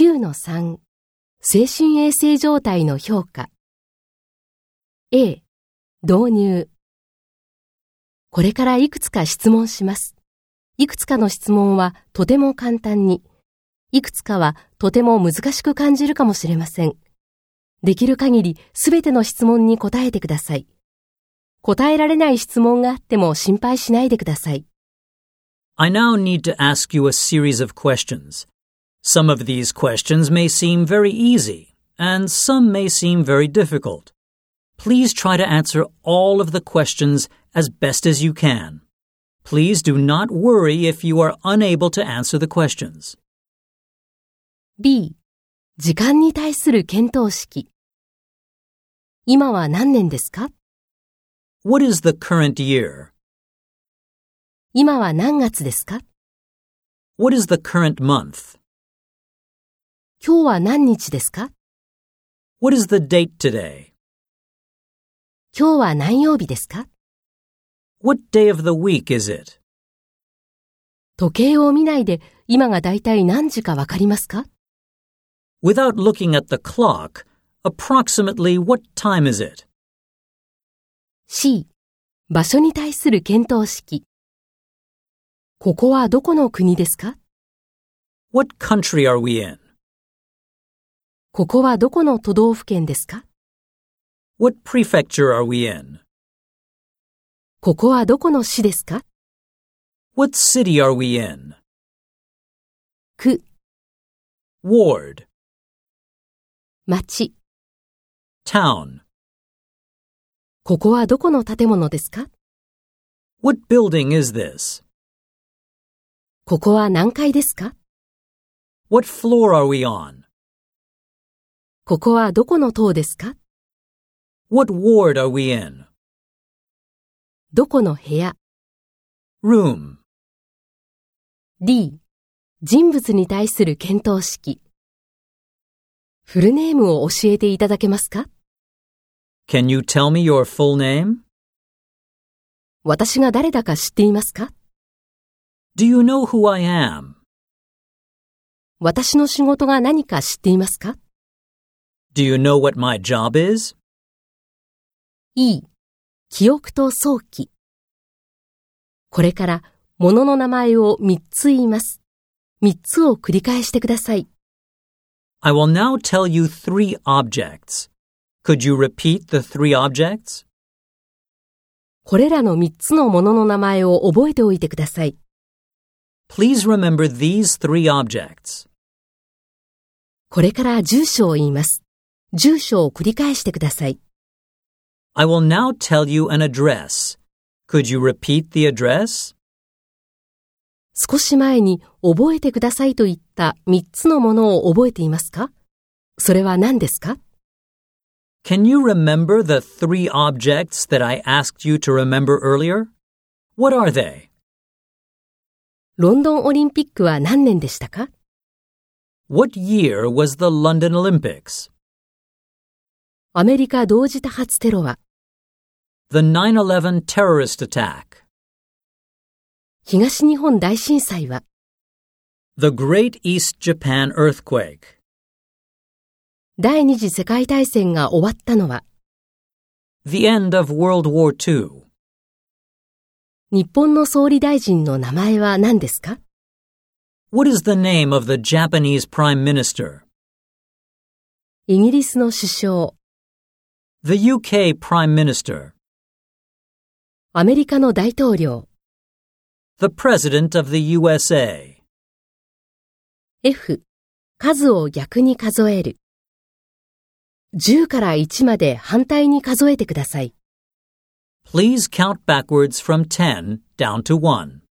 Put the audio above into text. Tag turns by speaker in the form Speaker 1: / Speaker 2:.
Speaker 1: 9-3精神衛生状態の評価 A 導入これからいくつか質問します。いくつかの質問はとても簡単に、いくつかはとても難しく感じるかもしれません。できる限りすべての質問に答えてください。答えられない質問があっても心配しないでください。
Speaker 2: I now need to ask you a series of questions. Some of these questions may seem very easy, and some may seem very difficult. Please try to answer all of the questions as best as you can. Please do not worry if you are unable to answer the questions.
Speaker 1: B、時間に対する検討式。今は何年ですか
Speaker 2: What is the current year?
Speaker 1: 今は何月ですか
Speaker 2: What is the current month?
Speaker 1: 今日は何日ですか
Speaker 2: What is the date today?
Speaker 1: 今日は何曜日ですか
Speaker 2: What day of the week is it?
Speaker 1: 時計を見ないで今がだいたい何時かわかりますか
Speaker 2: Without looking at the clock, approximately what time is it?
Speaker 1: ?C、場所に対する検討式。ここはどこの国ですか
Speaker 2: What country are we in?
Speaker 1: ここはどこの都道府県ですか
Speaker 2: What prefecture are we in?
Speaker 1: ここはどこの市ですか
Speaker 2: What city are we in?
Speaker 1: 区、
Speaker 2: Ward,
Speaker 1: 町。
Speaker 2: town.
Speaker 1: ここはどこの建物ですか
Speaker 2: What building is this?
Speaker 1: ここは何階ですか
Speaker 2: What floor are we on?
Speaker 1: ここはどこの塔ですか
Speaker 2: What ward are we in?
Speaker 1: どこの部屋
Speaker 2: Room,
Speaker 1: D 人物に対する検討式フルネームを教えていただけますか
Speaker 2: can you tell me your full name?
Speaker 1: 私が誰だか知っていますか
Speaker 2: Do you know who I am?
Speaker 1: 私の仕事が何か知っていますか
Speaker 2: Do you know what my job is?
Speaker 1: ?E 記憶と早期これから物の名前を3つ言います3つを繰り返してください
Speaker 2: I will now tell you three objects. Could you repeat the three objects?
Speaker 1: これらの3つの物の名前を覚えておいてください
Speaker 2: Please remember these three objects.
Speaker 1: これから住所を言います住所を繰り返してください
Speaker 2: I will now tell you an address. Could you repeat the address?
Speaker 1: 少し前に覚えてくださいと言った3つのものを覚えていますかそれは何ですか
Speaker 2: Can you remember the three objects that I asked you to remember earlier? What are they?
Speaker 1: ロンドンオリンピックは何年でしたか
Speaker 2: What year was the London Olympics?
Speaker 1: アメリカ同時多発テロは
Speaker 2: The 9 11 terrorist attack?
Speaker 1: 東日本大震災は
Speaker 2: The Great East Japan earthquake?
Speaker 1: 第二次世界大戦が終わったのは
Speaker 2: The end of World War II?
Speaker 1: 日本の総理大臣の名前は何ですか
Speaker 2: What is the name of the Japanese Prime Minister?
Speaker 1: イギリスの首相
Speaker 2: The UK Prime Minister?
Speaker 1: アメリカの大統領
Speaker 2: The President of the USA?
Speaker 1: F 数を逆に数える10から1まで反対に数えてください
Speaker 2: Please count backwards from 10 down to 1.